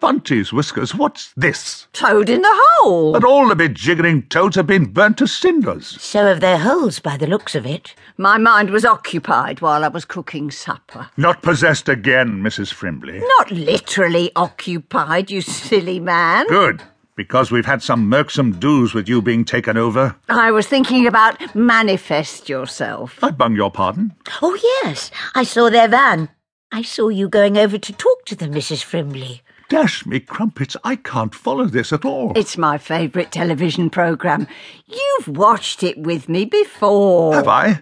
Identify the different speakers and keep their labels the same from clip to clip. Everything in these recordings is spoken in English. Speaker 1: Bunty's whiskers, what's this?
Speaker 2: Toad in the hole.
Speaker 1: But all the bejiggering toads have been burnt to cinders.
Speaker 3: So have their holes by the looks of it.
Speaker 2: My mind was occupied while I was cooking supper.
Speaker 1: Not possessed again, Mrs. Frimley.
Speaker 2: Not literally occupied, you silly man.
Speaker 1: Good, because we've had some irksome do's with you being taken over.
Speaker 2: I was thinking about manifest yourself.
Speaker 1: I bung your pardon.
Speaker 3: Oh, yes, I saw their van. I saw you going over to talk to them, Mrs. Frimley.
Speaker 1: Dash me crumpets, I can't follow this at all.
Speaker 2: It's my favourite television programme. You've watched it with me before.
Speaker 1: Have I?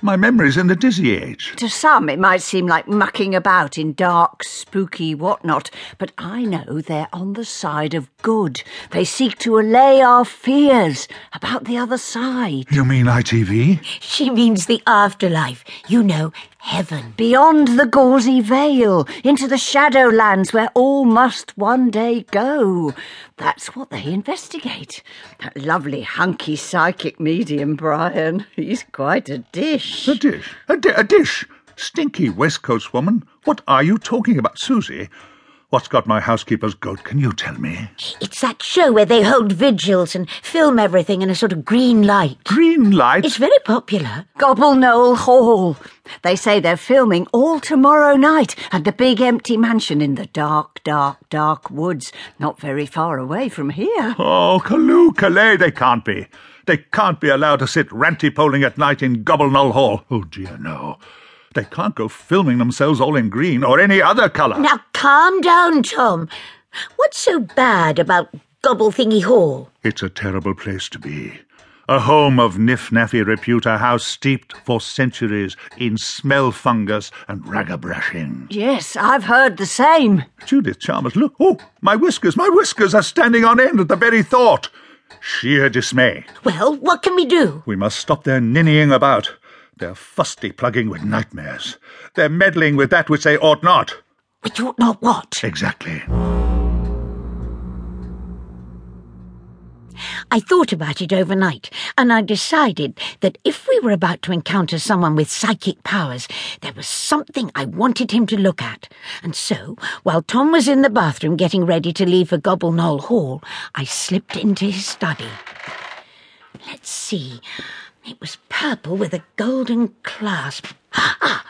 Speaker 1: My memory's in the dizzy age.
Speaker 2: To some, it might seem like mucking about in dark, spooky whatnot, but I know they're on the side of good. They seek to allay our fears about the other side.
Speaker 1: You mean ITV?
Speaker 3: She means the afterlife. You know, heaven.
Speaker 2: Beyond the gauzy veil, into the shadowlands where all must one day go. That's what they investigate. That lovely, hunky psychic medium, Brian. He's quite a dish.
Speaker 1: A dish. A, di- a dish. Stinky waistcoats woman. What are you talking about, Susie? What's got my housekeeper's goat? Can you tell me?
Speaker 3: It's that show where they hold vigils and film everything in a sort of green light.
Speaker 1: Green light.
Speaker 3: It's very popular.
Speaker 2: Gobble Knoll Hall. They say they're filming all tomorrow night at the big empty mansion in the dark, dark, dark woods, not very far away from here.
Speaker 1: Oh, Caloo, Calais, they can't be. They can't be allowed to sit ranty-polling at night in Gobble Knoll Hall. Oh, dear, no. They can't go filming themselves all in green or any other colour.
Speaker 3: Now calm down, Tom. What's so bad about Gobble Thingy Hall?
Speaker 1: It's a terrible place to be. A home of niff-naffy repute, a house steeped for centuries in smell fungus and ragger-brushing.
Speaker 2: Yes, I've heard the same.
Speaker 1: Judith Chalmers, look, oh, my whiskers, my whiskers are standing on end at the very thought. Sheer dismay.
Speaker 3: Well, what can we do?
Speaker 1: We must stop their ninnying about. They're fusty plugging with nightmares. They're meddling with that which they ought not.
Speaker 3: Which ought not what?
Speaker 1: Exactly.
Speaker 3: I thought about it overnight, and I decided that if we were about to encounter someone with psychic powers, there was something I wanted him to look at. And so, while Tom was in the bathroom getting ready to leave for Gobble Knoll Hall, I slipped into his study. Let's see. It was purple with a golden clasp. Ah,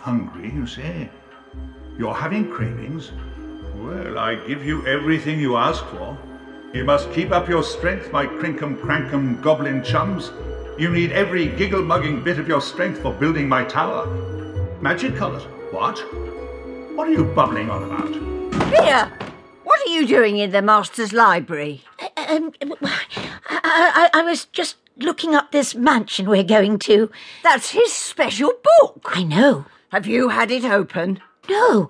Speaker 1: Hungry, you say? You're having cravings? Well, I give you everything you ask for. You must keep up your strength, my crinkum crankum goblin chums. You need every giggle mugging bit of your strength for building my tower. Magic colours? What? What are you bubbling on about?
Speaker 2: Here! What are you doing in the master's library?
Speaker 3: um, I, I, I was just looking up this mansion we're going to.
Speaker 2: That's his special book.
Speaker 3: I know.
Speaker 2: Have you had it open?
Speaker 3: No.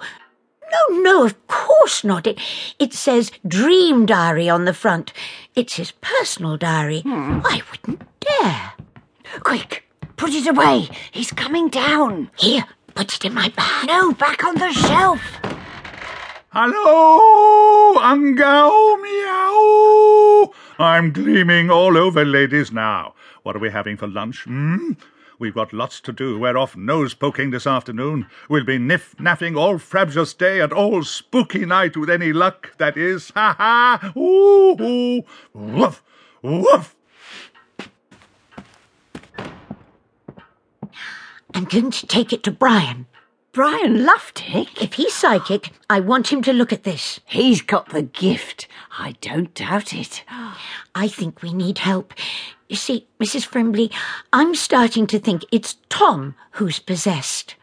Speaker 3: No, no, of course not. It, it says Dream Diary on the front. It's his personal diary. I wouldn't dare.
Speaker 2: Hmm. Quick, put it away. He's coming down.
Speaker 3: Here, put it in my bag.
Speaker 2: No, back on the shelf.
Speaker 1: Hello, Ungao Meow! I'm gleaming all over, ladies, now. What are we having for lunch, hmm? We've got lots to do. We're off nose poking this afternoon. We'll be niff naffing all frabjous day and all spooky night with any luck, that is. Ha ha! Ooh! ooh. Woof! Woof!
Speaker 3: I'm going to take it to Brian.
Speaker 2: Brian Luftick?
Speaker 3: If he's psychic, I want him to look at this.
Speaker 2: He's got the gift. I don't doubt it.
Speaker 3: I think we need help. You see, Mrs. Frimbly, I'm starting to think it's Tom who's possessed.